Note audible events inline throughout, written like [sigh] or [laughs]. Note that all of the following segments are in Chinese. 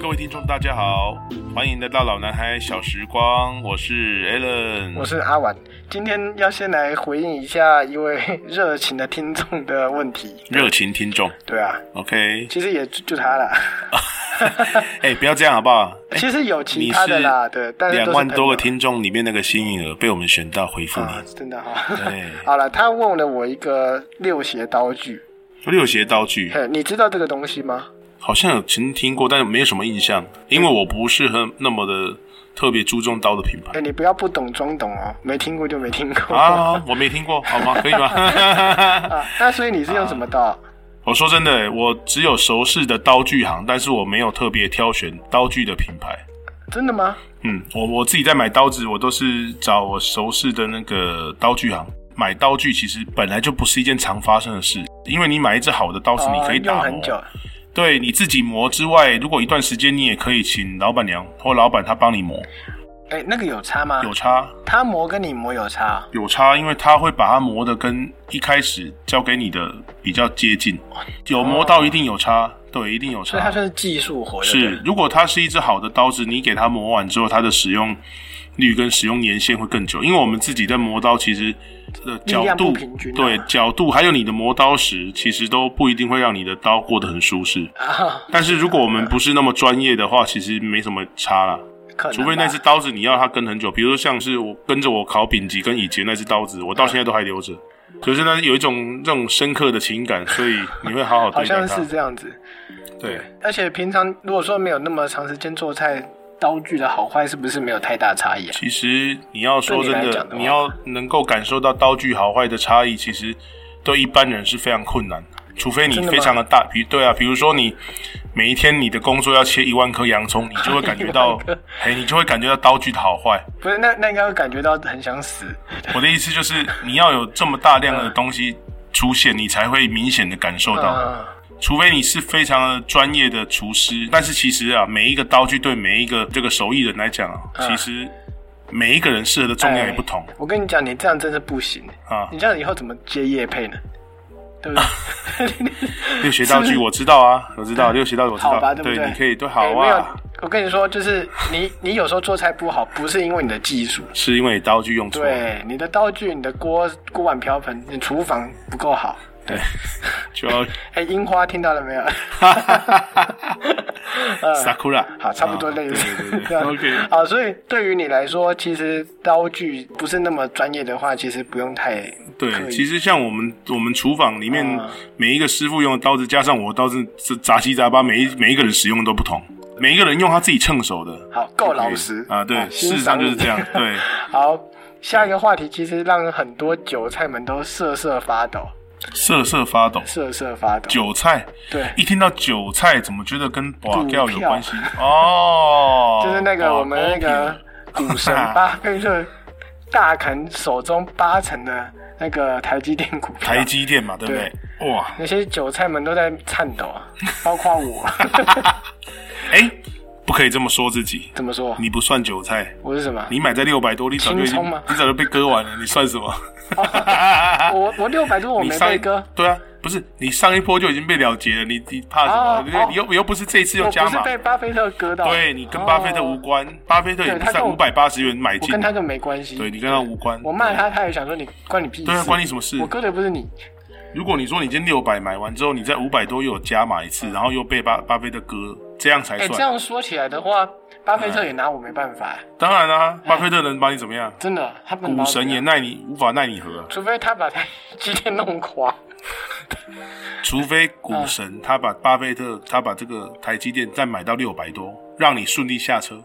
各位听众，大家好，欢迎来到老男孩小时光，我是 Alan，我是阿婉。今天要先来回应一下一位 [laughs] 热情的听众的问题。热情听众对啊， ，OK， [laughs] 其实也就就他啦，哎、不要这样好不好？ [laughs] 哎其实有其他的啦，你是对，但是两都是万多个朋友听众里面那个幸运儿被我们选到回复啊你，，真的哈、对 [laughs] 好了，他问了我一个六邪刀具，六邪道具嘿，你知道这个东西吗？好像有曾听过，但是没有什么印象，因为我不是很那么的特别注重刀的品牌哎、。你不要不懂装懂哦，没听过就没听过啊，我没听过，好吗？可以吗？ [laughs] 啊那所以你是用什么刀？啊我说真的，我只有熟识的刀具行，但是我没有特别挑选刀具的品牌。真的吗？嗯，我我自己在买刀子，我都是找我熟识的那个刀具行买刀具。其实本来就不是一件常发生的事，因为你买一只好的刀子，你可以哦打用磨，很久。对你自己磨之外，如果一段时间你也可以请老板娘或老板他帮你磨，哎、那个有差吗？有差他磨跟你磨有差有差，因为他会把它磨的跟一开始交给你的比较接近，有磨到一定有差，对，一定有差。哦所以它算是技术活就对啊是了，如果它是一只好的刀子，你给它磨完之后，它的使用率跟使用年限会更久。因为我们自己在磨刀，其实呃角量度、不平均啊对角度，还有你的磨刀石，其实都不一定会让你的刀过得很舒适。啊，但是如果我们不是那么专业的话，其实没什么差啦。可能吧啊除非那只刀子你要它跟很久，比如说像是我跟着我考丙级跟乙级那只刀子，我嗯到现在都还留着。就是呢，有一种这种深刻的情感，哦所以你会好好好对待像它是。这样子。对，而且平常如果说没有那么长时间做菜，刀具的好坏是不是没有太大差异啊？其实你要说真对你来的，讲的你话要能够感受到刀具好坏的差异，其实对一般人是非常困难的，除非你真的吗非常的大，比对啊，比如说你每一天你的工作要切一万颗洋葱，你就会感觉到 [laughs] 一万颗，哎，你就会感觉到刀具的好坏。不是，那那应该会感觉到很想死。我的意思就是，你要有这么大量嗯的东西出现，你才会明显的感受到。啊，除非你是非常的专业的厨师，但是其实啊，每一个刀具对每一个这个手艺人来讲啊，其实每一个人适合的重量也不同嗯哎。我跟你讲，你这样真是不行。啊你，这样以后怎么接业配呢？对不对？六学道具我知道啊，我知道六学道具我知好吧，道，对不你可以对 [laughs] 好 [laughs] 哎没啊有，我跟你说，就是你，你有时候做菜不好，不是因为你的技术，是因为你刀具用错，对，你的刀具、你的锅、锅碗瓢盆、你厨房不够好。 [laughs] [laughs] 对，就要哎，樱花听到了没有？ sakura，呃好，差不多类似啊对对 [laughs] 对这样。 ，OK，好，所以对于你来说，其实刀具不是那么专业的话，其实不用太刻对，意其实像我们我们厨房里面啊每一个师傅用的刀子，加上我的刀子，这杂七杂八，每一每一个人使用的都不同，每一个人用他自己称手的，好够老实啊，对，事实上就是这。 [laughs] 样欣赏，对，你好，下一个话题其实让很多韭菜们都瑟瑟发抖，瑟瑟发抖。瑟瑟发抖。韭菜，对一听到韭菜，怎么觉得跟保钓有股票关系？哦， [laughs] 就是那个哇我们那高个频 [laughs] 股神巴菲特大砍手中八成的那个台积电股票台，积电嘛，对不对？哇，那些韭菜们都在颤抖啊，包括我。 [laughs] 哎，不可以这么说自己，怎么说？你不算韭菜，我是什么？你买在六百多，你早就已经青葱吗你早就被割完了，你算什么？我我六百多 [laughs] 我啊你没上被一割，对啊，不是你上一波就已经被了结了，你你怕什么？哦你哦你又又不是这一次又我加不是码，被巴菲特割到，对你跟巴菲特无哦，关，巴菲特也对不他在跟五我百八十元买我进跟，他就没关系。对你跟他无关。我骂他，他也想说你关你屁事，对啊，关你什么事我？割的不是你，如果你说你今天六百买完之后，你在五百多又有加码一次，然后又被巴巴菲特割，这样才哎，这算。嗯样说起来的话，巴菲特也拿我没办法，啊当然啦、巴菲特能把你怎么样？真的，啊他不能股把我神怎么也样，奈你无法奈你何啊、除非他 [laughs] 把台积电弄垮，除非股嗯神他把巴菲特他把这个台积电再买到六百多，让你顺利下车。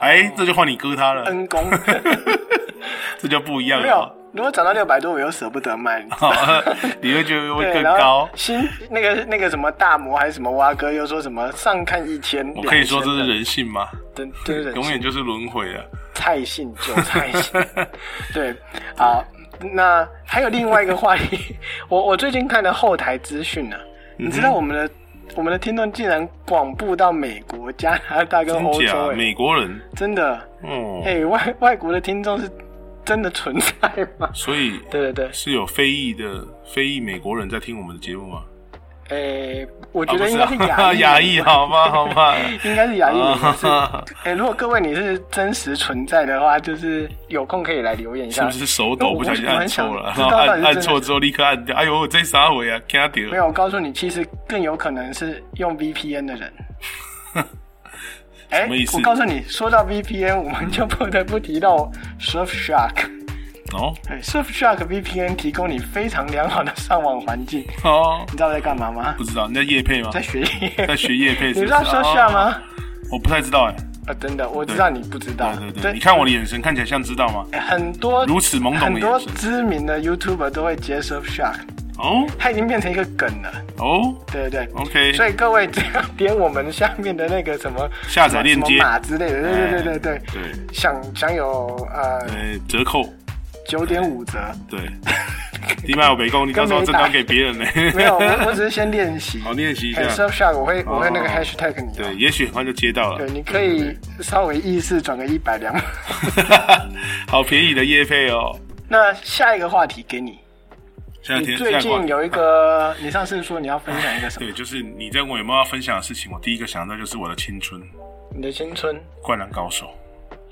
哎，这就换你割他了，恩 [laughs] 公这就不一样嗯没了有。。如果涨到六百多，我又舍不得卖，你知道吗好你会觉 [laughs] 得会对，更然后高。新那个那个什么大摩还是什么蛙哥又说什么上看一千，我可以说这2000是的人性吗？真真人永性远就是轮回啊了。菜性韭菜性， [laughs] 对，好，那还有另外一个话题， [laughs] 我我最近看了后台资讯呢、嗯你知道我们的我们的听众竟然广布到美国、加拿大跟真欧洲、假？欸，美国人真的，哦，哎、外外国的听众是真的存在吗？ [laughs] 所以对对对，是有非裔的非裔美国人在听我们的节目吗？诶，欸我啊觉不得应是该是啊亚裔，亚裔，好吧，好吧。 [laughs] [laughs] 应该是亚裔女的是。啊诶，如果各位你是真实存在的话，就是有空可以来留言一是下不。是手抖不小心按错了，因然为后我我很想知道到底是按真的按错之后立刻按掉？哎呦，这啥回啊？惊没掉！有，我告诉你，其实更有可能是用 VPN 的人。哎、 [laughs] 什么意思我告诉你，说到 VPN，我们就不得不提到 Surfshark。哦对，Surfshark VPN 提供你非常良好的上网环境。哦，你知道我在干嘛吗不？知道你在夜配吗在？学业。在学夜配你是不是？知道 Surfshark 哦？吗？我不太知道哎。啊，真的，我知道你不知道。对对对，你看我的眼神看起来像知道吗？很多如此懵懂很的多眼神。知名的 YouTuber 都会接 Surfshark，哦它已经变成一个梗了。哦对对对。 ，OK，所以各位只要点我们下面的那个什么下载链什接哎么，码之类的，对对对对对，对，享享有呃呃，折扣，九点五折。对，你买我没 [laughs] 空，你到时候跟没赠打单给别人呢。没有，我我只是先练习。 [laughs] 好，练习一下很。Surfshark，我会我会那个哦 hashtag 你。啊对，，也许很快就接到对，了。你可以稍微意识转个一百两百。 [laughs] 好便宜的夜配哦。那下一个话题给你，下你天最下近有一个，你上次说你要分享一个 [laughs] 什么？对，就是你在问我有没有要分享的事情，我第一个想到就是我的青春《你的青春灌篮高手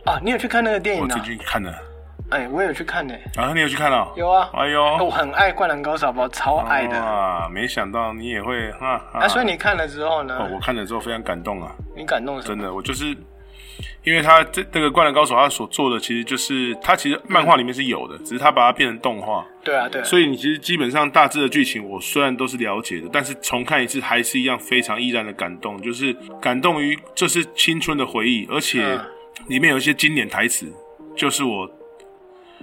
啊，你有去看那个电》，影哦我最啊？近看的。哎，我有去看呢、然后你有去看了？有啊哎我呦，很爱《灌篮高手》，好不好？超爱的。哇，没想到你也会哈。啊啊，所以你呃看了之后呢哦，，我看了之后非常感动啊。你感动什真么？的，我就是因为他这这个《灌篮高手》，他所做的其实就是他其实漫画里面是有的，只是他把它变成动画，对啊，对啊。所以你其实基本上大致的剧情我虽然都是了解的，但是重看一次还是一样非常依然的感动，就是感动于这是青春的回忆，而且嗯里面有一些经典台词，就是我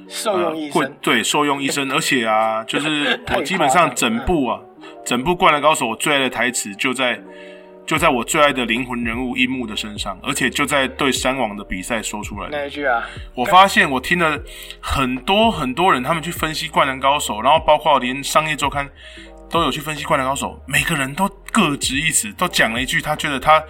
受用一会生。呃对受用一 [laughs] 生，而且啊，就是太 [laughs] 我基本上整部啊，整部《灌篮高手》我最爱的台词就在就在我最爱的灵魂人物樱木的身上，而且就在对山王的比赛说出来的。那一句啊，我发现我听了很多很多人他们去分析《灌篮高手》，然后包括连商业周刊都有去分析《灌篮高手》，每个人都各执一词，都讲了一句他觉得他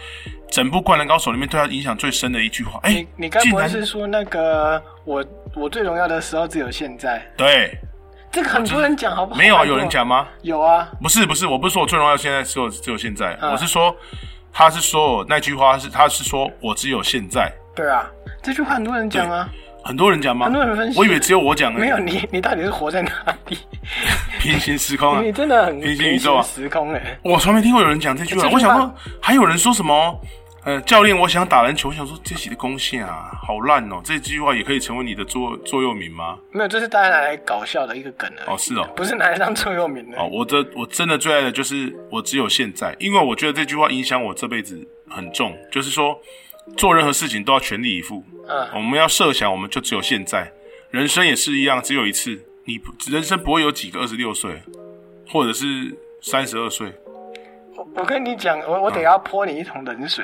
整部《灌篮高手》里面对他影响最深的一句话。哎、你你该竟不会然是说那个我我最荣耀的时候只有现在？对这个很多人讲好不好？没 [laughs] 有啊？拜托有人，讲吗？有啊，不是不是，我不是说我最荣耀现在只有只有现在，嗯我是说他是说我那句话是他是说我只有现在，对啊，这句话很多人讲啊，很多人讲吗？很多人分析我以为只有我讲呢。没有你，你到底是活在哪里？平行时空啊 [laughs] 你，真的很平行宇宙啊平行时空哎、我从来没听过有人讲这句话。这句我话想说还有人说什么？呃，教练，我想打篮球。我想说这集的攻线啊，好烂哦！这句话也可以成为你的座座右铭吗？没有，这是大家拿来搞笑的一个梗而哦，已，是哦，不是拿来当座右铭的。哦，我的我真的最爱的就是我只有现在，因为我觉得这句话影响我这辈子很重，就是说做任何事情都要全力以赴。我嗯，们要设想，我们就只有现在，人生也是一样，只有一次。你不人生不会有几个二十六岁，或者是三十二岁，我我跟你讲，我我得要泼你一桶冷水。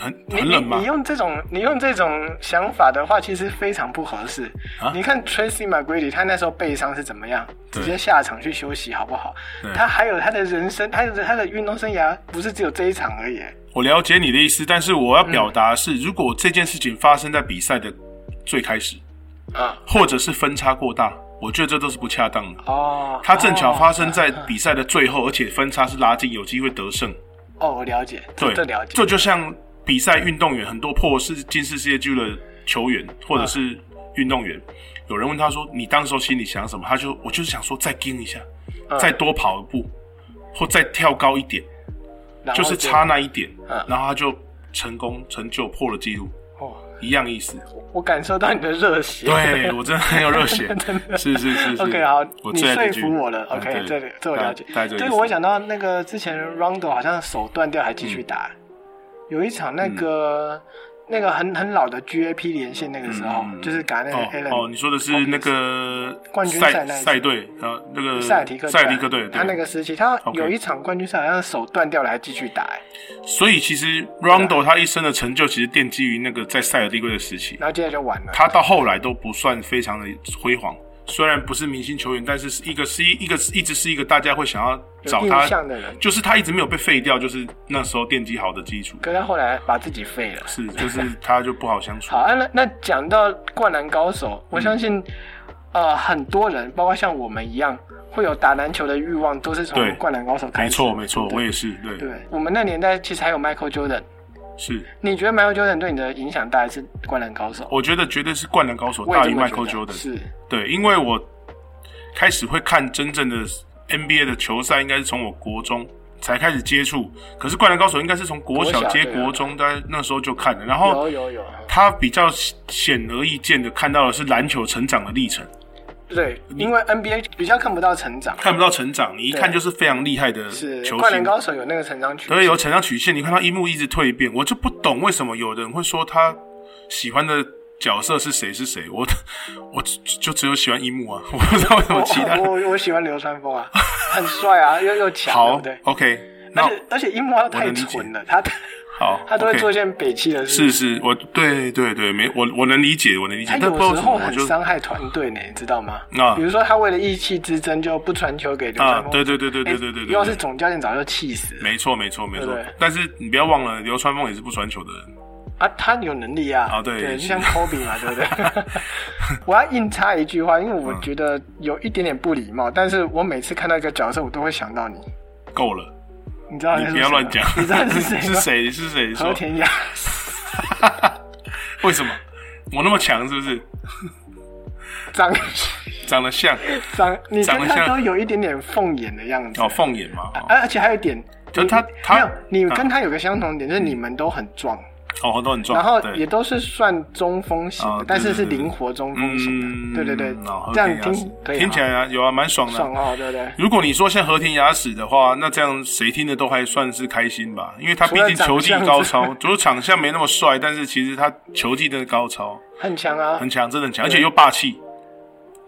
很你很你冷吗你？用这种你用这种想法的话，其实非常不合适。啊你看 Tracy McGrady，他那时候背伤是怎么样，对直接下场去休息，好不好对？他还有他的人生，他的他的运动生涯不是只有这一场而已。我了解你的意思，但是嗯我要表达的是，如果这件事情发生在比赛的最开始，啊、或者是分差过大，我觉得这都是不恰当的。哦，它正巧发生在比赛的最后，而且分差是拉近，有机会得胜。哦，我了解，这对，这了解，这就像比赛运动员很多破世金世世界纪录的球员或嗯者是运动员，有人问他说：“你当时候心里想什么？”他就我就是想说再盯一下，嗯再多跑一步，或再跳高一点，然后就是差那一点，嗯然后他就成功成就破了纪录，哦，一样意思。我感受到你的热血。对我真的很有热血 [laughs] 真，的是是是是。 OK，好，我你最爱这说句服我了。嗯 OK，对这里这我了解大大概。这个这意个思我想到那个之前 Rondo 好像手断掉还继续打，嗯有一场那个那个很很老的 GAP 连线，那个时候嗯嗯嗯就是打那个哦 Allen 哦，你说的是那个冠军赛赛那一次赛队，然后那个塞尔提克赛迪克队，对他那个时期，他 OK 有一场冠军赛好像手断掉了还继续打，哎所以其实啊 Rondo 他一生的成就，其实奠基于那个在塞尔蒂克的时期。然后接着就完了。他到后来都不算非常的辉煌，虽然不是明星球员，但是是一个是一一个一直是一个大家会想要找有他印象的人，就是他一直没有被废掉，就是那时候奠基好的基础。可是他后来把自己废了。是，就是他就不好相处 [laughs] 好。啊，那那嗯讲到《灌篮高手》，我相信、呃很多人，包括像我们一样，会有打篮球的欲望，都是从对《灌篮高手》开始。没错，没错，对我也是，对，对，我们那年代其实还有 Michael Jordan。是，你觉得 Michael Jordan 对你的影响大还是《灌篮高手》？我觉得绝对是《灌篮高手》我也哦大这于么 Michael 觉得 Jordan，是，对，因为我开始会看真正的 NBA 的球赛，应该是从我国中才开始接触，可是《灌篮高手》应该是从国国小小接对啊国中，大概那时候就看了，然后有有有，他比较显而易见的看到的是篮球成长的历程。对，因为 NBA 比较看不到成长，看不到成长，你一看就是非常厉害的是球《灌篮星。高手》有那个成长曲哦线，所以有成长曲线，你看到樱木一直蜕变，我就不懂为什么有人会说他喜欢的角色是谁是谁。我 [laughs] 我就只有喜欢樱木啊，我不知道为什么其他我我我喜欢流川枫啊，很帅啊，又又好强，对不 OK，对？那而且而且樱木花我太能理解蠢了， [laughs] 他好，他都会 OK 做一件北气的事，是是，我对对对，没我我能理解，我能理解他，但有不知道时怎么候我很就伤害团队呢，你知道吗？啊比如说他为了意气之争就不传球给流川啊，枫，对对对对对哎对对要是对，总教练早就气死了没错没错没错对不对。但是你不要忘了，流川枫也是不传球的人。啊，他有能力啊，啊对就像 Kobe 嘛，对不对？ [laughs] 我要硬插一句话，因为我觉得有一点点不礼貌，但是我每次看到一个角色，我都会想到你，够了，你知道你啊那是不要谁吗乱讲。你知道是 [laughs] 谁是吗？谁？是谁？你说和田雅。为什么？我那么强是不是？长长得像长，你长跟得他像都有一点点凤眼的样子，哦，凤眼嘛，而而且还有一点，就你他他没有，你啊跟他有个相同点，就是你们都很壮，哦，哦都很壮，然后对也都是算中锋型啊的对，但是是对对灵活中锋型嗯，的，对对对哦，这样和田雅听史可以听起来啊有啊，蛮爽的爽啊。哦，对不对？如果你说像和田雅史的话，那这样谁听的都还算是开心吧，因为他毕竟球技高超， [laughs] 主场像没那么帅，但是其实他球技真的高超，很强啊很，强，真的很强，而且又霸气。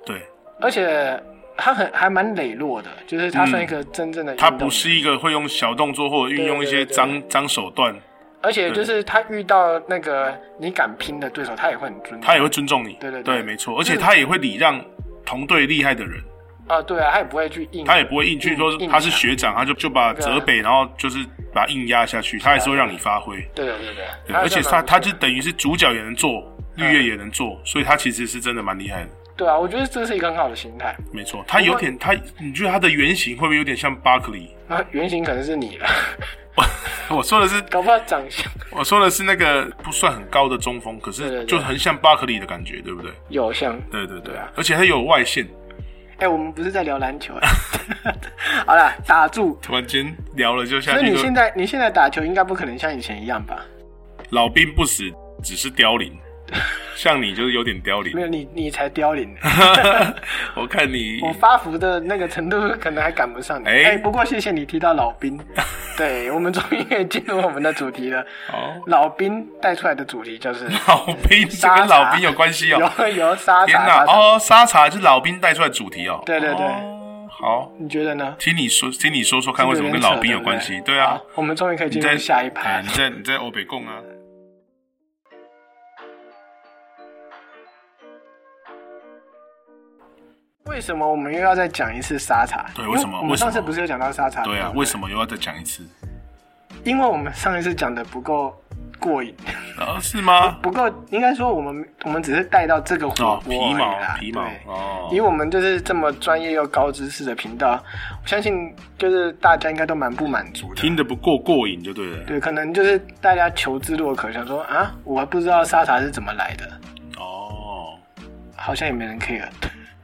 对而且他很还蛮磊落的，就是他算一个真正的嗯运动他员，不是一个会用小动作或者运用一些对对对对脏脏手段，而且就是他遇到那个你敢拼的对手，他也会很尊重，他也会尊重你。对对对对，没错，而且他也会礼让同队厉害的人。啊，对啊，他也不会去硬，他也不会硬去说硬他是学长，他就就把对啊泽北，然后就是把他硬压下去，他还是会让你发挥。对啊对对对，啊对，而且他他就就等于是主角也能做，绿叶嗯也能做，所以他其实是真的蛮厉害的。对啊，我觉得这是一个很好的心态。没错，他有点他，你觉得他的原型会不会有点像巴克 [laughs] 利？啊，原型可能是你了， [laughs] 我说的是，搞不好长相我说的是那个不算很高的中锋，可对是对对就很像巴克利的感觉，对不对？有像。对对对对啊，而且他有外线，哎、我们不是在聊篮球 [laughs] 啊。好啦，打住。突然间聊了就像所以一你个现在你现在打球应该不可能像以前一样吧？老兵不死，只是凋 [laughs] 零，像你就是有点凋零没。有，你你才凋零呢。 [laughs] 我看你我发福的那个程度可能还赶不上你。哎、哎不过谢谢你提到老 [laughs] 兵，对我们终于可以进入我们的主题了。好老兵带出来的主题就是哦老兵， [laughs] 这跟老兵有关系哦。有有沙天茶哪，，哦，沙茶是老兵带出来主题哦。对对对哦好，你觉得呢？听你说，听你说说看，为什么跟老兵有关系？对啊好，，我们终于可以进你入在下一哎盘你。在你在欧北 [laughs] 贡啊。为什么我们又要再讲一次沙茶？对为什么因我们上为什次么不是有讲到沙茶？对啊，不为什么又要再讲一次？因为我们上一次讲的不够过瘾，啊，是吗？不够，应该说我们我们只是带到这个火哦，锅皮而已毛啦，皮毛对哦以，我们就是这么专业又高知识的频道，我相信就是大家应该都蛮不满足的。听得不够过瘾就对了。对，可能就是大家求知若渴，想说啊，我还不知道沙茶是怎么来的，哦，好像也没人 care。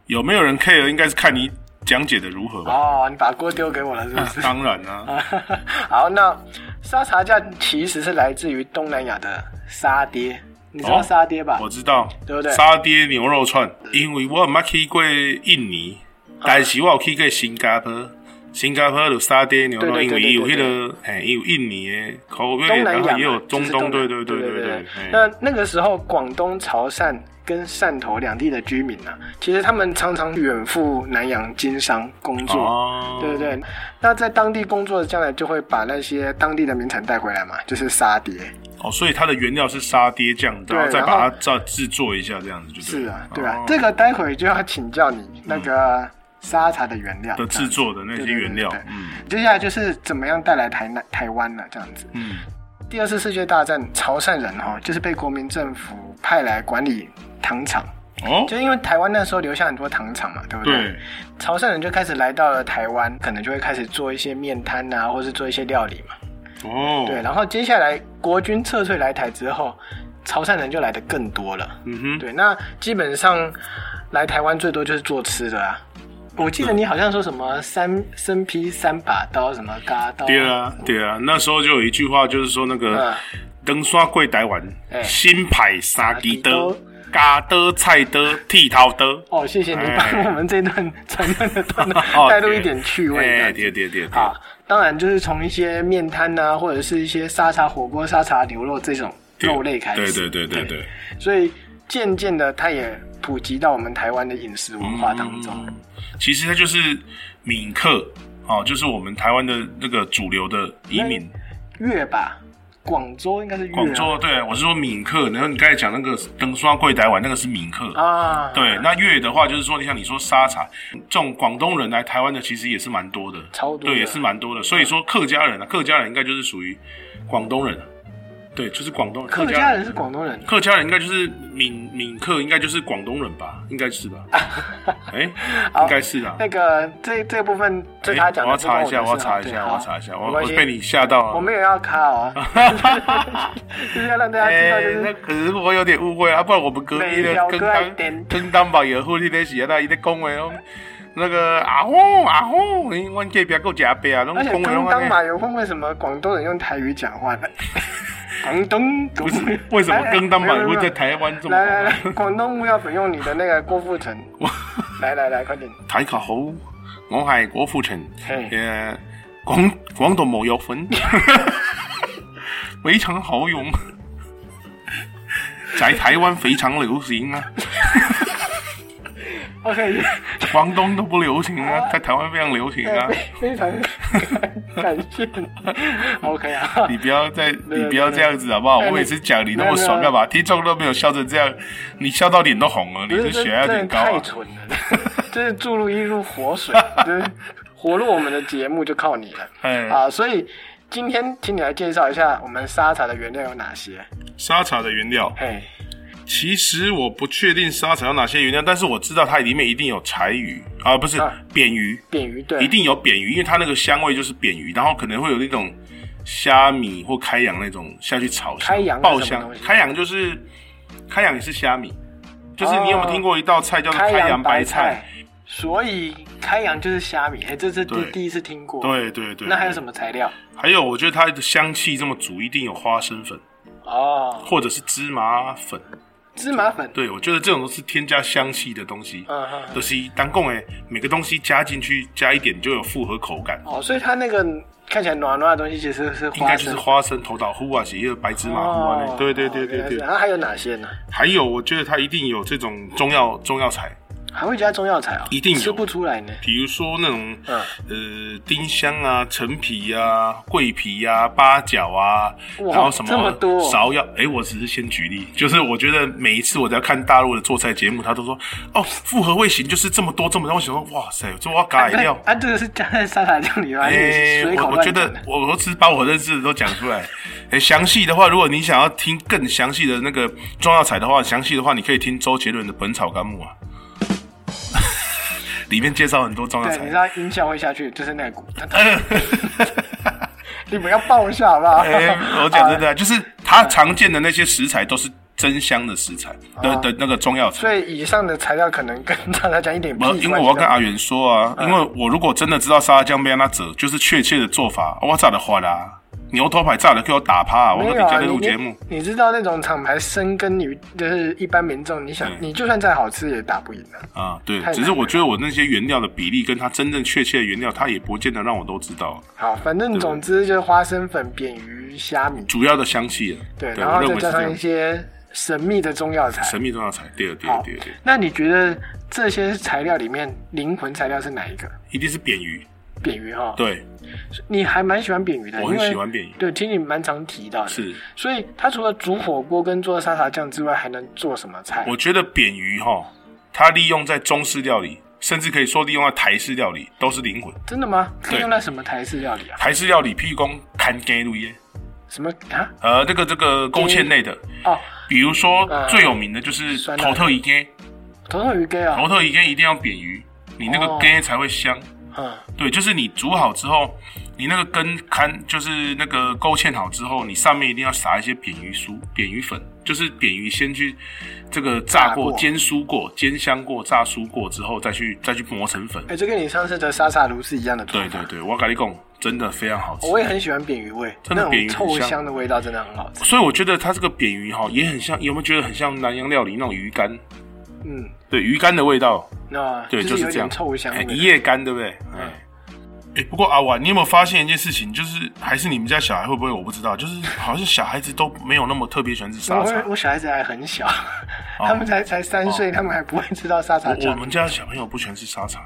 有没有人 care？应该是看你讲解的如何吧。哦，你把锅丢给我了，是不是？ [laughs] 当然啊啦， [laughs] 好，那沙茶酱其实是来自于东南亚的沙爹，你知道哦沙爹吧？我知道，对不对沙爹牛肉串，因为我冇去过印尼，啊但是我有去过新加坡。新加坡有沙爹牛肉，对因对为对有那对对个，嘿，有印尼的口味，东然南亚后嘛也有中就是东，南对对对对对嗯嘿那那个时候，广东潮汕跟汕头两地的居民啊，其实他们常常远赴南洋经商工作。哦，对不对，那在当地工作，将来就会把那些当地的名产带回来嘛，就是沙爹。哦，所以它的原料是沙爹酱，对然后再然把后它再制作一下，这样子就对是了啊，对啊哦，这个待会就要请教你那个沙茶的原料的制作的那这些样原料对，对对嗯对接下来就是怎么样带来台南台湾了，这样子。嗯，第二次世界大战，潮汕人哈、哦、就是被国民政府派来管理糖厂，哦，就是因为台湾那时候留下很多糖厂嘛，对不对，潮汕人就开始来到了台湾，可能就会开始做一些面摊啊，或是做一些料理嘛。哦，对，，然后接下来国军撤退来台之后，潮汕人就来的更多了。嗯哼，对，那基本上来台湾最多就是做吃的啊。我记得你好像说什么三生劈三把刀，什么嘎刀，对啊，对啊，那时候就有一句话，就是说那个嗯登刷柜台玩，哎啊新牌杀鸡杀的鸡，嘎的菜的剃头的。哦，谢谢你帮哎我们这段沉闷的 [laughs] 段落哦 [laughs] 带入一点趣味。这哎，样子对对对，对啊，当然就是从一些面摊啊，或者是一些沙茶火锅、沙茶牛肉这种肉类开始。对对对对对，所以渐渐的，它也普及到我们台湾的饮食文化当中。嗯其实它就是闽客哦，就是我们台湾的那个主流的移民。啊粤吧，广州应该是粤啊。广州对，我是说闽客。然后你刚才讲那个登刷柜台碗，那个是闽客。啊，对，那粤的话就是说，你像你说沙茶这种广东人来台湾的，其实也是蛮多的，超多的对，也是蛮多的。所以说客家人啊，客家人应该就是属于广东人啊，对，就是广东人。客家人是广东人，客家人应该就是闽闽客，应该就是广东人吧，应该是 [laughs] 吧？哎、应该是啊。那个这这部分哎对他讲我的要不关查的一下，我要查一下，事啊，对我要查一下，好我没我关系被你吓到了。我没有要 [laughs] 卡哦， [laughs] 就是要让大家知道，就那是可是我有点误会啊，不然我们隔壁每的条跟歌爱当点跟当保有护理的时候，啊那伊在讲话哦，那个阿虎阿虎，你阮隔壁够食白啊，拢而且讲话刚拢当安马尼。油问为什么广东人用台语讲 [laughs] 话的？广东不不是为 [laughs] 哎什么跟当马油会在台湾这么啊来来来，广东不要不用你的那个郭富城，来来来，快点，大家好，我係郭富城，嘿呃，廣廣東冇有粉， [laughs] 非常好用，在台灣非常流行啊， [laughs] ，OK，廣東都不流行 [laughs] 啊，在台灣非常流行啊。非常感谢，OK 啊，你不要再，有你不要这样子好不好？没有我每次讲你那么爽没有干嘛？听众都没有笑成这样，你笑到脸都红了，你不的是这血压有真点的高啊太蠢了，这是注入一入 [laughs] 活水，就是活络我们的节目就靠你了。哎啊，所以今天请你来介绍一下我们沙茶的原料有哪些。沙茶的原料，嘿，其实我不确定沙茶有哪些原料，但是我知道它里面一定有柴鱼啊，不是啊扁鱼，扁鱼对，一定有扁鱼，因为它那个香味就是扁鱼，然后可能会有那种虾米或开洋那种下去炒香，开洋是爆什么香东西，开洋就是开洋也是虾米，就是哦你有没有听过一道菜叫做开洋白菜？。所以开阳就是虾米，哎，这是第对第一次听过。，对对对，那还有对什么材料？还有，我觉得它的香气这么足，一定有花生粉哦，或者是芝麻粉。芝麻粉。对，我觉得这种都是添加香气的东西。嗯嗯嗯就是单供诶，每个东西加进去加一点就有复合口感，哦，所以它那个看起来软软的东西其实是应花该就生哦是。花生、头岛糊啊，一个白芝麻糊啊。那对对对对原来是对这。样那还有哪些呢？还有，我觉得它一定有这种中药中药材，还会加中药材啊？一定有吃不出来呢。比如说那种、嗯呃丁香啊、陈皮啊、桂皮啊、八角啊，哇然后什么这么多芍药。哎、我只是先举例，就是我觉得每一次我在看大陆的做菜节目，他都说哦，复合味型就是这么多这么多。我想说，哇塞，这我要改那料。啊，这个是加在沙茶酱里吗？还哎、是随我口我觉乱讲得的？我我只把我认识的都讲出来。哎、详细的话，如果你想要听更详细的那个中药材的话，详细的话你可以听周杰伦的《本草纲目》啊， [laughs] 里面介绍很多中药对，材你知。道音效会下去，就是那股。你不要爆笑好不好？ [laughs] 哎、我讲真啊的啊、就是它常见的那些食材都是真香的食材的的那个中药材。 [laughs] 啊所以以上的材料可能跟大家讲一点屁我关系因为我要都跟没阿元说啊，嗯因为我如果真的知道沙拉酱被他折，就是确切的做法，我炸的花啦，牛头牌炸的给我打趴、啊，我有都啊底下在录节目。你你，你知道那种厂牌深耕于就是一般民众，你想嗯你就算再好吃也打不赢啊。啊，对太，难只是我觉得我那些原料的比例跟它真正确切的原料，它也不见得让我都知道好，反正总之就是花生粉、扁鱼、虾米，主要的香气了。对，然我后认再为是这加上一样。嗯些神秘的中药材。神秘中药材，第二，第二，好第二，第二，，那你觉得这些材料里面灵魂材料是哪一个？一定是扁鱼。扁鱼哈，对，你还蛮喜欢扁鱼的，我很因为喜欢扁鱼对，听你蛮常提到的。是，所以它除了煮火锅跟做沙茶酱之外，还能做什么菜？我觉得扁鱼哈，它利用在中式料理，甚至可以说利用在台式料理，都是灵魂。真的吗？可以对用在什么台式料理啊？台式料理，譬如讲砍干路耶，什么啊？呃，这个这个勾芡类的，哦，比如说嗯最有名的就是酸辣头特一干，头头鱼羹啊，头头鱼羹一定要扁鱼，你那个哦羹才会香。嗯，对，就是你煮好之后，你那个根看就是那个勾芡好之后，你上面一定要撒一些扁鱼酥、扁鱼粉，就是扁鱼先去这个炸炸过、过煎酥过、煎香过、炸酥过之后，再去再去磨成粉。哎、这跟你上次的沙茶炉是一样的做对法对。对，我咖喱贡真的非常好吃。我也很喜欢扁鱼味，真的那扁种鱼臭很香香的味道真的很好吃。所以我觉得它这个扁鱼哈，也很像，有没有觉得很像南洋料理那种鱼干？嗯，对，鱼干的味道，那对，就是有这点样，臭香哎味。一夜干，对不对？哎、嗯哎不过阿婉，你有没有发现一件事情？就是还是你们家小孩会不会？我不知道，就是好像小孩子都没有那么特别喜欢吃沙我茶。我小孩子还很小，他们才才三岁，他们还不会吃到沙茶哦我我酱。们家小朋友不喜欢吃沙茶，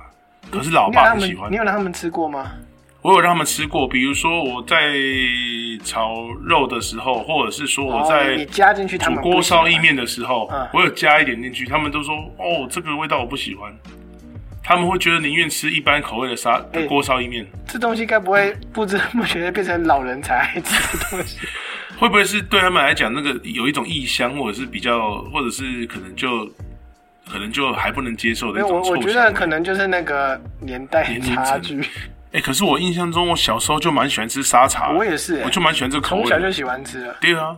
可是老你有爸让他很喜们，欢你。有让他们吃过吗？我有让他们吃过，比如说我在炒肉的时候，或者是说我哦在你加进去他煮们不锅喜欢烧意面的时候嗯，我有加一点进去，他们都说哦，这个味道我不喜欢。他们会觉得宁愿吃一般口味的沙的哎锅烧意面，这东西该不会不知不觉地变成老人才爱吃 [laughs] 的东西？会不会是对他们来讲那个有一种异香，或者是比较，或者是可能就可能就还不能接受的没一有，种我臭我香觉得可能就是那个年代年龄差层距。哎、可是我印象中，我小时候就蛮喜欢吃沙茶，我也是啊哎我就蛮喜欢这个口从味小的。就喜欢吃了，对啊，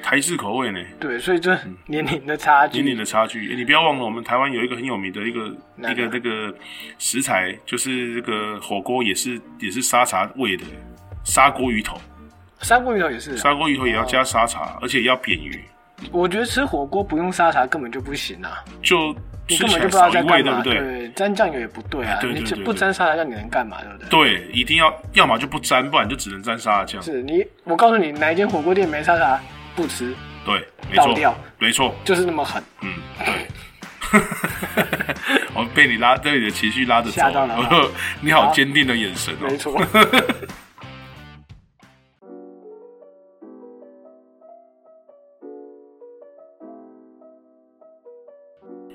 台式口味呢，对，所以就是嗯年龄的差年距。龄的差距、哎你不要忘了，我们台湾有一个很有名的一个哪一个个那个食材，就是这个火锅也是也是沙茶味的砂锅鱼头，砂锅鱼头也是啊，砂锅鱼头也要加沙茶，而且也要扁鱼，我觉得吃火锅不用沙茶根本就不行啊，就你吃根起本就来不知道少在一味，干对嘛，不对？对，沾酱油也不对啊，对对你对就对不沾沙茶酱你能干嘛，对不对？对，一定要要么就不沾，不然就只能沾沙拉酱。是你，我告诉你，哪一间火锅店没沙茶不吃，对，没倒错掉，没错， [laughs] 就是那么狠。嗯，对。我被你拉，被你的情绪拉着走吓到了啊。 [laughs] 你好坚定的眼神哦、没 [laughs] 错。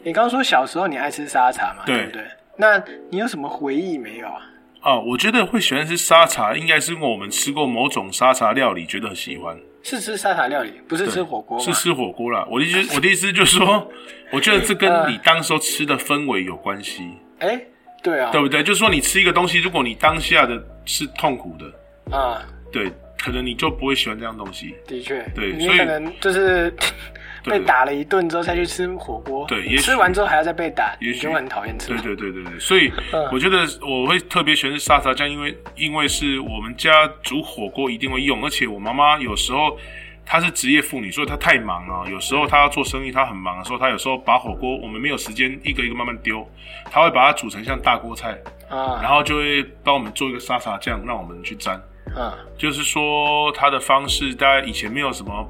你刚刚说小时候你爱吃沙茶嘛，对对不对？那你有什么回忆没有啊？啊，我觉得会喜欢吃沙茶，应该是因为我们吃过某种沙茶料理，觉得很喜欢。是吃沙茶料理，不是吃火锅吗？是吃火锅啦。我的意 [laughs] 思，我的意思就是说，我觉得这呃跟你当时候吃的氛围有关系，哎，对啊，对不对？就是说，你吃一个东西，如果你当下的是痛苦的，啊，对，可能你就不会喜欢这样东西。的确，对你所以可能就是对 [laughs] 被打了一顿之后才去吃火锅，对也许吃完之后还要再被打，也你许就会很讨厌吃对嘛。对对对对，所以嗯我觉得我会特别喜欢吃沙茶酱，因为因为是我们家煮火锅一定会用，而且我妈妈有时候她是职业妇女，所以她太忙了，有时候她要做生意，她很忙的时候，她有时候把火锅我们没有时间一个一个慢慢丢，她会把它煮成像大锅菜，然啊，后就会帮我们做一个沙茶酱，让我们去沾。啊，就是说她的方式，大家以前没有什么。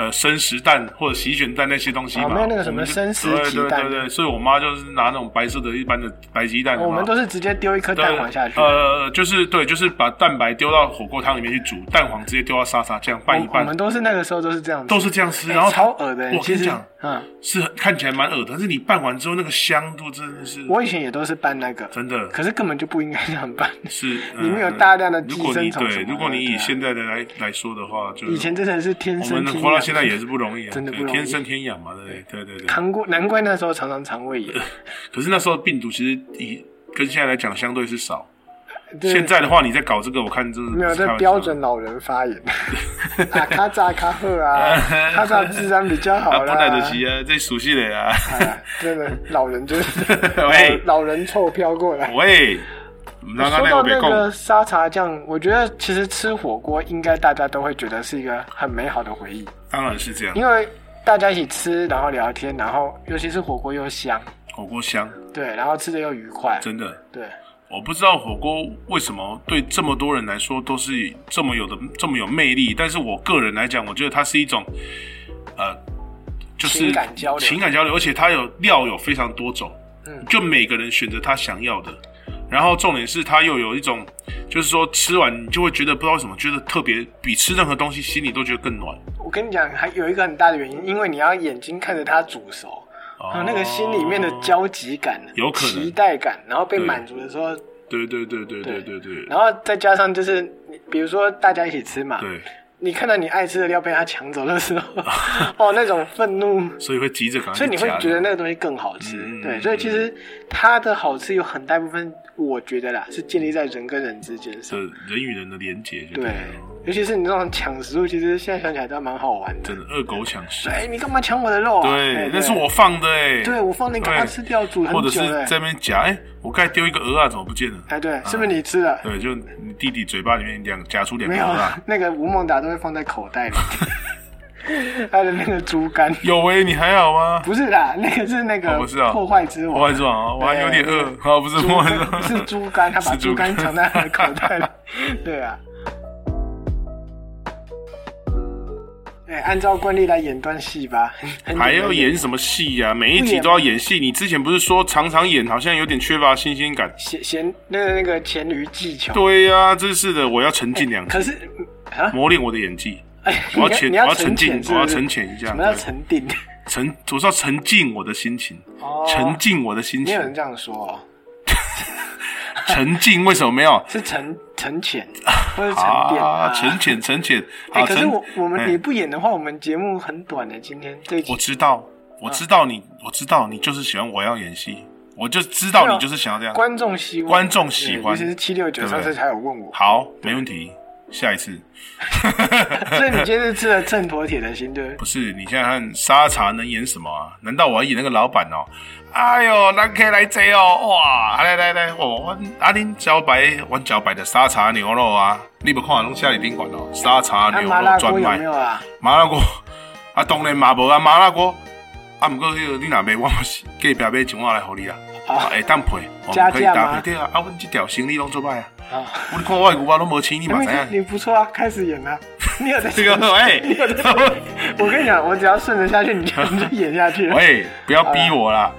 呃，生食蛋或者洗卷蛋那些东西嘛，哦没有那个什我们么就生食对鸡对蛋对对，所以我妈就是拿那种白色的一般的白鸡蛋有没有，哦我们都是直接丢一颗蛋黄下去。呃，就是对，就是把蛋白丢到火锅汤里面去煮，蛋黄直接丢到沙茶酱拌一我拌们，哎都是那个时候都是这样子，都是这样吃。然后超恶的。我其跟你实讲，，嗯，是很看起来蛮恶的，但是你拌完之后那个香度真的是，我以前也都是拌那个，真的可是根本就不应该这样拌。是里面有呃大量的寄如果你生虫什对，么的如果你对以啊现在的来来说的话，就是以前真的是天我生们天能养活到现在也是不容易啊，真的不对容易天生天养嘛，对不对对对对。扛过，难怪那时候常常肠胃炎。可是那时候病毒其实以跟现在来讲相对是少，[laughs] 对现在的话你在搞这个，我看真的没有是开在玩笑标准老人发言，啊，卡扎卡赫啊，卡扎自然比较好 [laughs] 啊，不啦。来得及啊，这熟悉的啊。哎呀真的老人就是 [laughs] 喂老人臭飘过 [laughs] 来。喂，让他说那个到别那供个沙茶酱，我觉得其实吃火锅应该大家都会觉得是一个很美好的回忆，当然是这样，因为大家一起吃，然后聊天，然后尤其是火锅又香，火锅香，对，然后吃的又愉快，真的，对，我不知道火锅为什么对这么多人来说都是这么有的这么有魅力，但是我个人来讲，我觉得它是一种，呃，就是情感交流情感交流，而且它有料有非常多种，嗯就每个人选择他想要的。然后重点是，它又有一种，就是说吃完你就会觉得不知道为什么，觉得特别比吃任何东西心里都觉得更暖。我跟你讲，还有一个很大的原因，因为你要眼睛看着它煮熟，然后啊那个心里面的哦焦急感、有可能期待感，然后被对满足的时候，对对对对对对对然后再加上就是，比如说大家一起吃嘛，对，你看到你爱吃的料被他抢走的时候， [laughs] 哦，那种愤怒，所以会急着赶快去所以你会加觉得入那个东西更好吃。嗯对，所以其实它的好吃有很大部分，我觉得啦，是建立在人跟人之间这上。人与人的连结，就对了，尤其是你这种抢食物，其实现在想起来都蛮好玩的。真的恶狗抢食，哎，你干嘛抢我的肉啊？哎对，那是我，放的哎，对对我放你赶快对吃掉，煮或很者久是了。在那边夹，哎，我刚才丢一个鹅啊，怎么不见了？哎，对，是不是你吃的？对，就你弟弟嘴巴里面两夹出两个没鹅有啊，，那个吴孟达都会放在口 [laughs] 袋里，他的那个猪肝。有喂，你还好吗？不是啦，那个是那哦个不是啊破坏之我王还，是啊，我还有点饿对，好，不是哎猪我还 [laughs] 肝 [laughs] 是猪肝，他把是猪猪肝肝藏在他的口 [laughs] 袋里。对啊。哎，按照惯例来演段戏吧。很还要简单演什么戏呀、每一集都要演戏。你之前不是说常常演，好像有点缺乏新鲜感？闲闲那个那个黔驴技穷。对呀、真是的，我要沉浸两可次，是啊，磨练我的演技。哎我要你潜你我要沉沉浸潜是不是，我要沉潜一下什么叫对沉淀？沉，我是要沉浸我的心情，哦沉浸我的心没情有， [laughs] 人这样说哦，沉浸。为什么没有？是沉沉潜或者沉淀啊，沉潜，沉潜。哎，啊，可是沉我我们哎你不演的话，我们节目很短的。今天这一集我知道，嗯我知道你，我知道你就是喜欢我要演戏，我就知道没有你就是想要这样。观众喜欢，观众喜欢对尤其是七六九对不上对次还有 [laughs] 问我，好，没问题，下一次。所以你今天是吃了秤砣铁的心，对不对不？是，你想想看，沙茶能演什么啊？难道我要演那个老板哦？哎呦，咱可以来这哦，哇，来来来，哦，我阿林小白，我小白的沙茶牛肉啊，你们看拢下里宾馆哦，沙茶那牛啊麻辣肉专锅有卖没，有啊？麻辣锅， [laughs] 啊，当然嘛无啊，麻辣锅，啊，不过迄个你若卖，我嘛是隔壁买一碗来互你啊，好会当配，我加们可以价吗搭配对啊，啊，阮这条生意拢做歹啊，啊，我你看我的牛肉拢无钱，你嘛知因为你影？你不错啊，开始演了。你有 [laughs] 在这个哎，我跟你讲，我只要顺着下去，你就你就演下去 [laughs] 了。喂，不要逼我啦。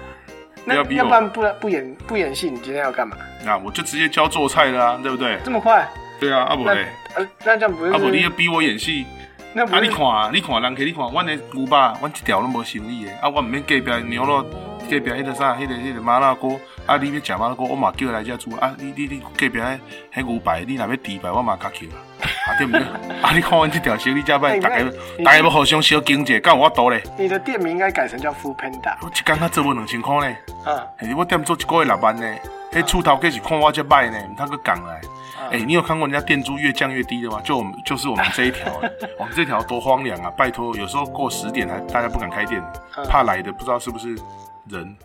那不要逼要我不然不不演不演戏，你今天要干嘛？那我就直接教做菜了啊，对不对？这么快？对啊，阿伯那嘞，呃，那这样不是？阿伯你要逼我演戏，那不啊是你看啊，你看人客，你看，阮的牛肉，阮一条拢无生意的，啊我毋免隔壁牛肉，隔壁迄个啥，迄个迄个麻辣锅，啊你要食麻辣锅，我嘛叫来遮煮，啊你你你隔壁迄迄牛排，你若要猪排，我嘛较叫啦，啊对毋 [laughs] 对？啊你看阮这条生意遮歹，哎大家那大家要互相小经济，敢有我度咧？你的店名应该改成叫 Food Panda 我一工较做无两千块咧，啊嘿我店做一个月六万咧，迄厝头计是看我遮歹咧，毋通去降来。啊哎、！你有看过人家店租越降越低的吗？就我们就是我们这一条、 [laughs] 哎我们这条多荒凉啊！拜托，有时候过十点还大家不敢开店，嗯怕来的不知道是不是人。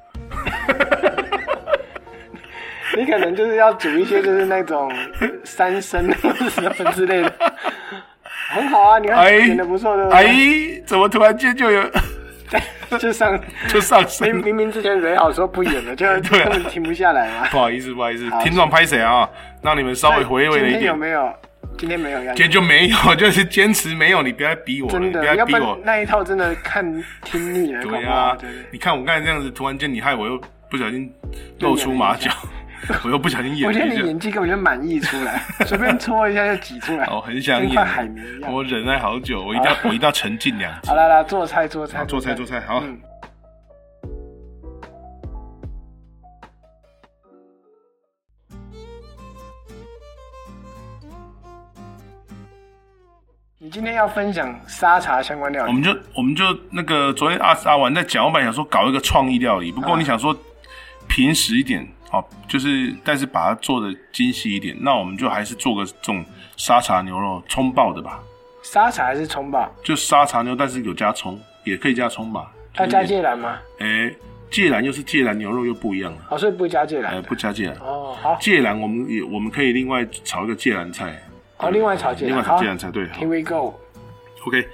[laughs] 你可能就是要煮一些就是那种三生或者什么之类的， [laughs] 很好啊，你看哎演的不错的，哎，怎么突然间就有 [laughs] 就上就上明升了？明明之前蕊好说不演了，就对啊根本停不下来嘛。不好意思，不好意思，好听众拍谁啊？让你们稍微回味了一今天有点。没有？今天没有呀今。天就没有， [laughs] 就是坚持没有，你不要逼我了，真你的，不要要逼不我然。那一套真的看听腻了，对搞不啊好对对，你看我刚才这样子，突然间你害我又不小心露出马脚， [laughs] 我又不小心演我觉得了一你下。演技根本就满溢出 [laughs] 来，随便搓一下就挤出来，我哦很想跟演块海绵一样。我忍耐好久，我一定啊要，我一定要沉浸两集好。啦啦，做菜做菜好做菜做菜好嗯你今天要分享沙茶相关料我理们，就我们就那个昨天阿阿玩在讲，我本来想说搞一个创意料理，不过啊你想说平实一点，好，就是但是把它做的精细一点，那我们就还是做个这种沙茶牛肉葱爆的吧，沙茶还是葱爆？就沙茶牛，但是有加葱，也可以加葱吧。要加芥兰吗？哎，芥兰又是芥兰牛肉又不一样了，哦，所以不会加芥哎，兰的。不加芥兰。哦，好，芥兰我们也我们可以另外炒一个芥兰菜，哦，另外炒芥另兰，外好炒芥兰菜对。好，Here we go。 OK，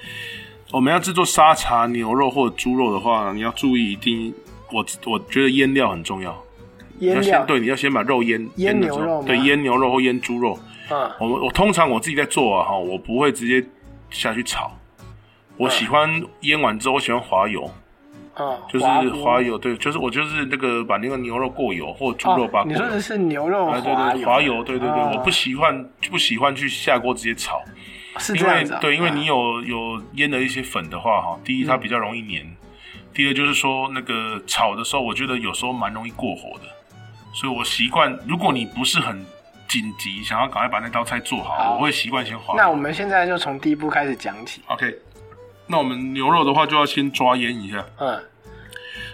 我们要制作沙茶牛肉或猪肉的话，你要注意一定，我我觉得腌料很重要。你腌要料先，对，你要先把肉腌腌的牛时候肉吗对，腌牛肉或腌猪肉。嗯，我们我通常我自己在做啊哈，我不会直接下去炒，我喜欢腌完之后，我喜欢滑油，嗯，就是锅滑油，对，就是我就是那个把那个牛肉过油或猪肉把过哦。你油说。的是牛肉啊，对滑对，油？滑油，对对对，哦我不喜欢不喜欢去下锅直接炒，是因这为样子啊。对，因为你嗯有有腌了一些粉的话，哈，第一它比较容易粘，第二就是说那个炒的时候，我觉得有时候蛮容易过火的，所以我习惯，如果你不是很紧急，想要赶快把那道菜做好，好我会习惯先花。那我们现在就从第一步开始讲起。 OK，那我们牛肉的话就要先抓腌一下，嗯，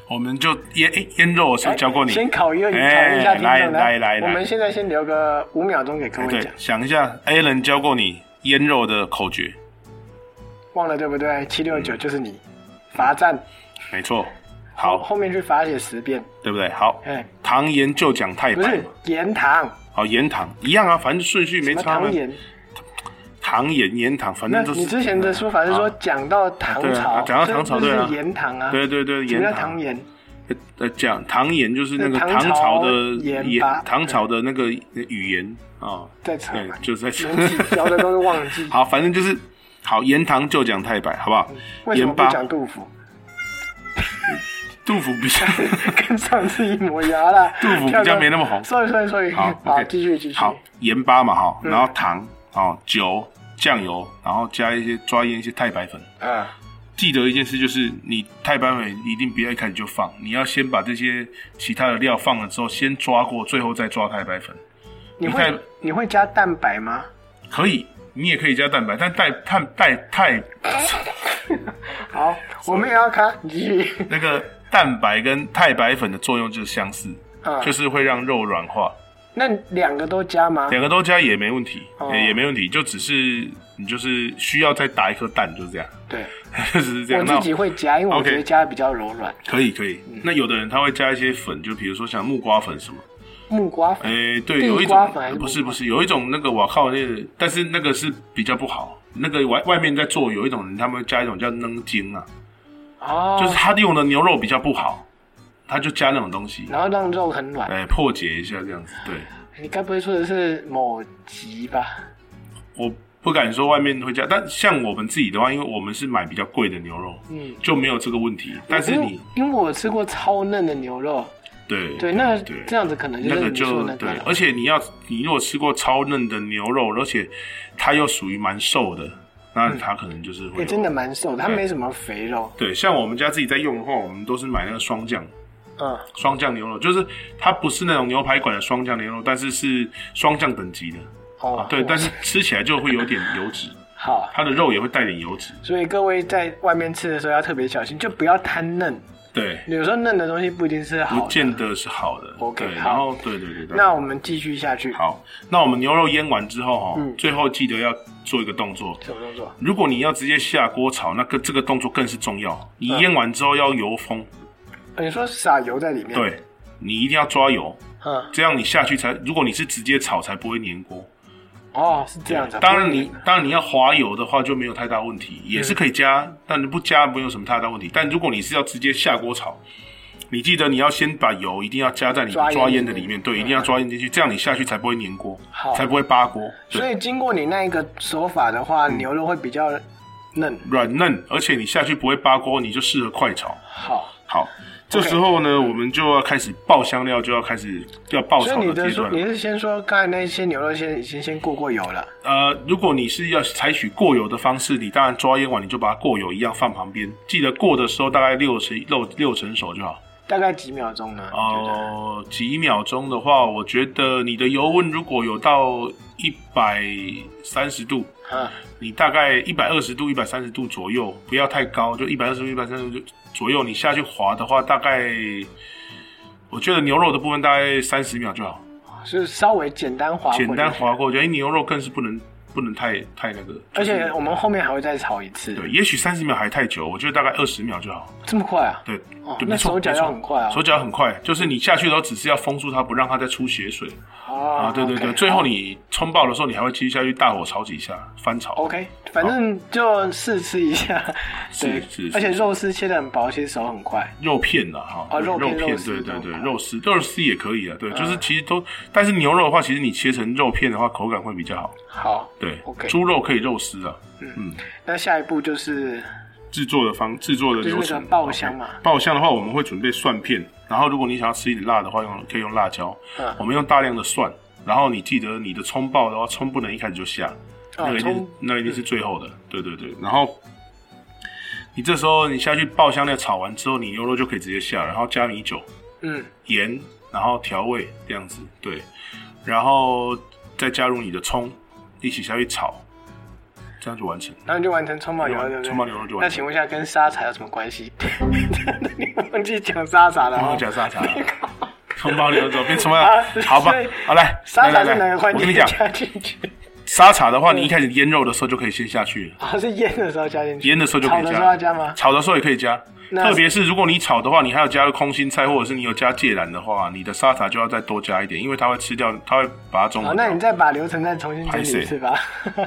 我们就腌诶腌肉，我是教过你。哎先考验考验一下哎听众来来来来我们现在先留个五秒钟给各哎位对讲，，想一下 a l a n 教过你腌肉的口诀，忘了对不对？七六九就是你，罚站。没错。后嗯好，后面去罚写十遍。对不对？好，哎，糖盐就讲太不白是嘛。盐糖，好，盐糖一样啊，反正顺序没什么差嘛糖。盐？糖盐盐糖，反那正都是。你之前的说法是说啊讲到唐对啊朝啊，讲到唐朝这对这啊是盐糖啊。对对对，什么盐叫糖。糖盐？呃，讲唐言就是那个唐唐朝的朝言吧唐朝的那个语言啊，在扯对嘛，就在扯。。连起标的都是忘记 [laughs] 好，反正就是好，言唐就讲太白，好不好？为什言么不八讲杜甫？杜甫比较 [laughs] 跟上次一模一样啦。杜甫比跳较过没那么红 sorry sorry sorry，好好， ，OK，继续继续。好，盐巴嘛哈，嗯然后糖哦，酒、酱油，然后加一些抓腌一些太白粉。嗯，记得一件事就是，你太白粉一定不要一开始就放，你要先把这些其他的料放了之后，先抓过，最后再抓太白粉。你你会看你会加蛋白吗？可以，你也可以加蛋白，但带碳带太好，我们也要看， [laughs] 你继续。那个蛋白跟太白粉的作用就是相似，嗯就是会让肉软化。那两个都加吗？两个都加也没问题，哦也也没问题，就只是你就是需要再打一颗蛋，就是这样， [laughs] 对，就是这样。我那自己会加，因为我 OK 觉得加的比较柔软。可以可以。那有的人他会加一些粉，就比如说像木瓜粉什么。木瓜粉，诶，哎对，地瓜有一种粉还是木瓜不是不是，有一种那个我靠那个，但是那个是比较不好。那个外外面在做有一种人，他们会加一种叫嫩精啊，哦，就是他用的牛肉比较不好，他就加那种东西，然后让肉很软。哎，破解一下这样子。对，你该不会说的是某集吧？我不敢说外面会加，但像我们自己的话，因为我们是买比较贵的牛肉，嗯，就没有这个问哦题。但是你因为因为我吃过超嫩的牛肉，对对，那对这样子可能就那是个你说就的对那，而个。哎且你要你如果吃过超嫩的牛肉，而且它又属于蛮瘦的，那它可能就是会也有嗯哎真的蛮瘦的，它对没什么肥肉。对。像我们家自己在用的话，我们都是买那个双酱。嗯，双酱牛肉就是它不是那种牛排馆的双酱牛肉，但是是双酱等级的，哦，对，我但是吃起来就会有点油脂，好，它的肉也会带点油脂，所以各位在外面吃的时候要特别小心，就不要贪嫩。对，有时候嫩的东西不一定是好不的。见得是好的。 OK，对，好然后对对对对。那我们继续下去，好，那我们牛肉腌完之后哈、哦嗯最后记得要做一个动作。什么动作？如果你要直接下锅炒，那个这个动作更是重要。你嗯腌完之后要油封，呃你说撒油在里面？，对你一定要抓油，嗯，这样你下去才。如果你是直接炒，才不会粘锅。哦，是这样子啊。当然不会你黏的嗯当然你要滑油的话就没有太大问题，也是可以加，但你不加没有什么太大问题。但如果你是要直接下锅炒，你记得你要先把油一定要加在你抓抓腌腌的的里里面面，对，一定要抓腌进去，这样你下去才不会粘锅好，才不会扒锅，所对，嗯以经过你那一个手法的话，牛肉会比较嫩。软嫩，而且你下去不会扒锅，你就适合快炒。好，好，这时候呢，我们就要开始爆香料，就要开始要爆所炒以你的的阶说段你哦了。是先说刚才那些牛肉先已经先过过油了，呃，如果你是要采取过油的方式，你当然抓腌完你就把它过油一样放旁边，记得过的时候大概六成六六成熟就好。大概几秒钟呢？觉得哦、几秒钟的话，我觉得你的油温如果有到一百三十度，嗯，你大概一百二十度、一百三十度左右，不要太高，就一百二十度、一百三十度左右。你下去滑的话，大概我觉得牛肉的部分大概三十秒就好，就是稍微简单划过。简单。滑过去。哎、牛肉更是不能不能太太那个，而且我们后面还会再炒一次，对，也许三十秒还太久，我觉得大概二十秒就好。这么快啊？对，哦对，那没错手脚没错要很快啊手脚很快，就是你下去都只是要封住它，不让它再出血水啊啊。对对对，最后你冲爆的时候，你还会继续下去大火炒几下，翻炒。 OK，反正就试吃一下。 [laughs] 对是是，而且肉丝切的很薄，其实手很快。肉片呐，哈、啊对肉肉片肉丝对对这对，种啊嗯肉丝，肉丝也可以啊，对，就是其实都，但是牛肉的话，其实你切成肉片的话，口感会比较好，好，对 OK 猪肉可以肉丝啊，那下一步就是制作的方制作的就是流那程个，爆香嘛。爆香的话，我们会准备蒜片，然后如果你想要吃一点辣的话，用可以用辣椒，嗯我们用大量的蒜，然后你记得你的葱爆的话，葱不能一开始就下，那啊个一定是葱那一定是最后的，对对对。然后你这时候你下去爆香料炒完之后，你牛肉就可以直接下，然后加米酒、嗯盐，然后调味这样子，对。然后再加入你的葱，一起下去炒，这样就完成。然后你就完成葱爆牛肉，完对不对？葱爆牛肉就完成那请问一下，跟沙茶有什么关系？ [laughs] 你忘记讲沙茶了然后哦。讲沙茶，葱爆牛肉变葱爆啊，好 [laughs] 吧所以，好来，沙茶来是哪来个来，环我跟节你讲，加进去？ [laughs] 沙茶的话，你一开始腌肉的时候就可以先下去了。啊，是腌的时候加进去，腌的时候就可以炒加，的时候要加吗？炒的时候也可以加，那特别是如果你炒的话，你还有加入空心菜，或者是你有加芥蓝的话，你的沙茶就要再多加一点，因为它会吃掉，它会把它中好，和哦那掉。你再把流程再重新整理一 [laughs] 次吧。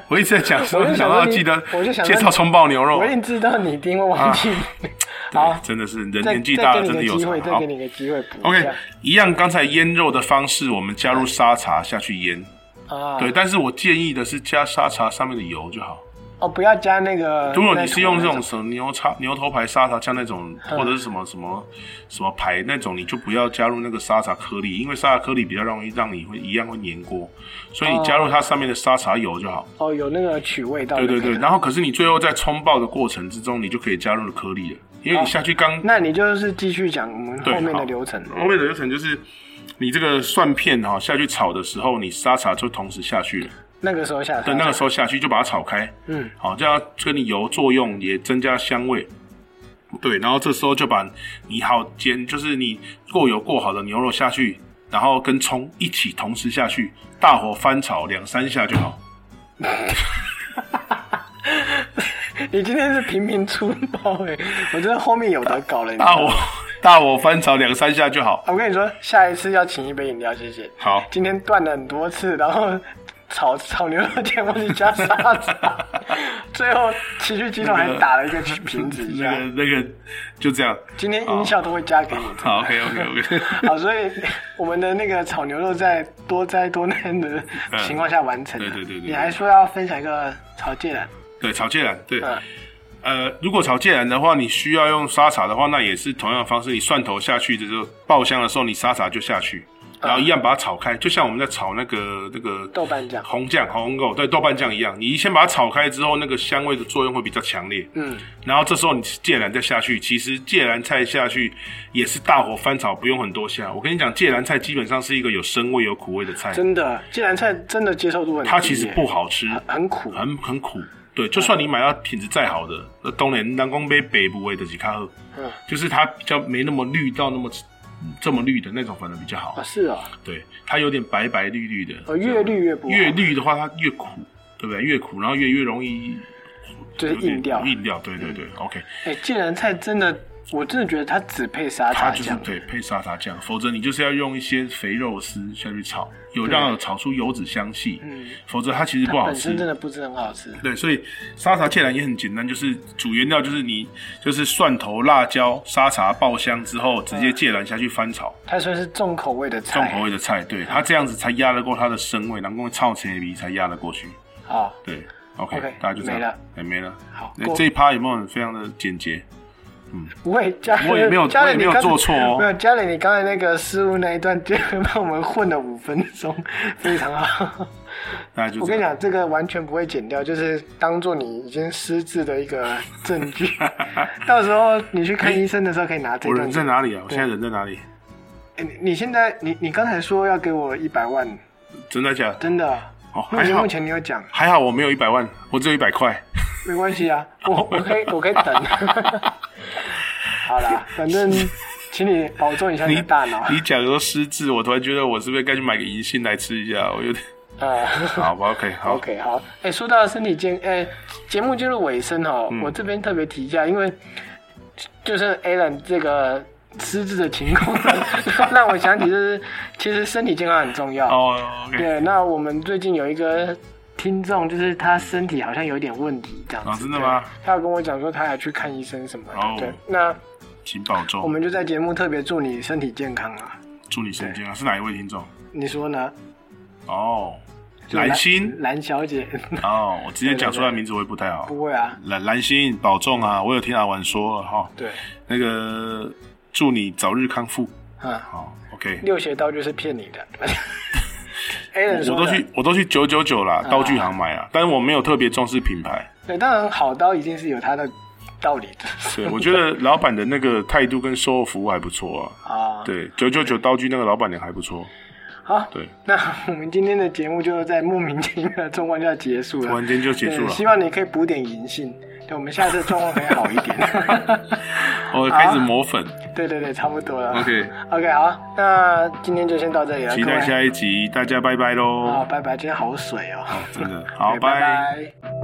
我一直在讲说，我就想想说到你记得我就想说介绍葱爆牛肉我，已经知道你一定会忘记。 [laughs] 好，真的是人再啊年纪大了，真再给的你有个机差会，。再好给你个机会补一，OK，下。一样，刚才腌肉的方式，我们加入沙茶下去腌，啊，对，但是我建议的是加沙茶上面的油就好。哦，不要加那个。如果你是用这那种什嗯么牛叉牛头牌沙茶酱那种，或者是什么什么什么牌那种，你就不要加入那个沙茶颗粒，因为沙茶颗粒比较容易让你会一样会粘锅，所以你加入它上面的沙茶油就好。哦，有那个取味道。对对对，。然后可是你最后在冲爆的过程之中，你就可以加入了颗粒了，因为你下去刚那你就是继续讲我们对后面好的流程。后面的流程就是。你这个蒜片哈、下去炒的时候，你沙茶就同时下去了。那个时候下。对，那个时候下去就把它炒开，嗯，好，这样跟你油作用也增加香味。对，然后这时候就把你好煎，就是你过油过好的牛肉下去，然后跟葱一起同时下去，大火翻炒两三下就好。你今天是频频出包哎、 [laughs] 我觉得后面有得搞了。你知大道火吗大火翻炒两三下就好。我跟你说，下一次要请一杯饮料，谢谢。好，今天断了很多次，然后炒炒牛肉店忘记加沙 [laughs] 茶，最后情绪激动还打了一个瓶子 [laughs] 一那下。个那个就这样。今天音效都会加 [laughs] 给你。好，OK OK OK。 [laughs] 好，所以我们的那个炒牛肉在多灾多难的情况下完成的。啊嗯对对对对你还说要分享一个炒芥兰，对，炒芥蓝，对。嗯呃，如果炒芥蓝的话，你需要用沙茶的话，那也是同样的方式，你蒜头下去的时候爆香的时候，你沙茶就下去，然后一样把它炒开，就像我们在炒那个那个嗯豆瓣酱红酱、红狗对豆瓣酱一样，你先把它炒开之后，那个香味的作用会比较强烈。嗯，然后这时候你芥蓝再下去，其实芥蓝菜下去也是大火翻炒，不用很多下。我跟你讲，芥蓝菜基本上是一个有生味、有苦味的菜，真的啊芥兰菜真的接受度很低耶，它其实不啊好吃，很苦。很很苦。对，就算你买到品质再好的，那当然南宫杯北部味的吉卡喝，嗯就是它比较没那么绿到那么这么绿的那种，反而比较好啊，。是哦，对，它有点白白绿绿的，哦越绿越不好啊越绿的话它越苦，对不对？越苦，然后越越容易就是硬掉。硬掉。对对对，OK，哎，芥兰菜真的，我真的觉得它只配沙它茶就是酱。对配沙茶酱，否则你就是要用一些肥肉丝下去炒，有让炒出油脂香气，否则它其实不好嗯本吃身。真的不是很好吃。对，所以沙茶芥兰也很简单，就是主原料就是你就是蒜头、辣椒、沙茶爆香之后，直接芥兰下去翻炒，它算是重口味的菜。重口味的菜，对它这样子才压得过它的生味，然后炒切米才压得过去。好，对，OK，, OK，大家就这样，没了哎，没了。好哎过这一趴有没有非常的简洁？不会加了，我也没有加了我也没有你刚才做错哦没有加了你刚才那个失误那一段，就帮我们混了五分钟， [laughs] 非常 [laughs] 好。大家就我这跟你样。讲，这个完全不会剪掉，就是当做你已经失智的一个证 [laughs] 据。到时候你去看医生的时候可以拿这我段人在剪。哪里啊？我现在人在哪里？哎你你现在你你刚才说要给我一百万，真的假的？真的。哦，那还节好目，前你有讲，还好我没有一百万，我只有一百块。没关系啊，我我可以 [laughs] 我可以等。好啦，反正请你保重一下你的大脑。你讲说失智，我突然觉得我是不是该去买个银杏来吃一下？我 [laughs] 有点呃好吧，OK，好。 OK，好，哎、说到身体健，哎、节目进入尾声哦，嗯我这边特别提一下，因为就是 Alan 这个失智的情况， [laughs] 让我想起就是其实身体健康很重要。哦，OK，对，那我们最近有一个听众，就是他身体好像有点问题，这样子。啊真的吗对？他有跟我讲说他还去看医生什么的。哦对，那请保重。我们就在节目特别祝你身体健康啊，祝你身体健康。是哪一位听众？你说呢？哦，蓝 [laughs] 心。蓝小姐哦，我直接讲出来名字会不太好。不会啊，蓝蓝心，保重啊！我有听阿婉说了哈，对，那个祝你早日康复。嗯。好，OK。六学刀就是骗 [laughs] 你的。A 人我说都的去，我都去九九九啦，道具行买啊，但是我没有特别重视品牌。对，当然好刀一定是有它的道理的 [laughs] 对，我觉 [laughs] 得老板的那个态度跟售后服务还不错啊。啊。对，九九九道具那个老板娘还不错。好，对，那我们今天的节目就在莫名其妙的状况下结束突了然。间就结束对了希。望你可以补点银杏，对我们下次状况可以好一 [laughs] 点。啊我哦开始抹粉。对对对，差不多了。 OK， OK，好，那今天就先到这里了，期各待位。啊下一集，大家拜拜好，喽！拜拜。今天好水哦，真的，好，拜拜。拜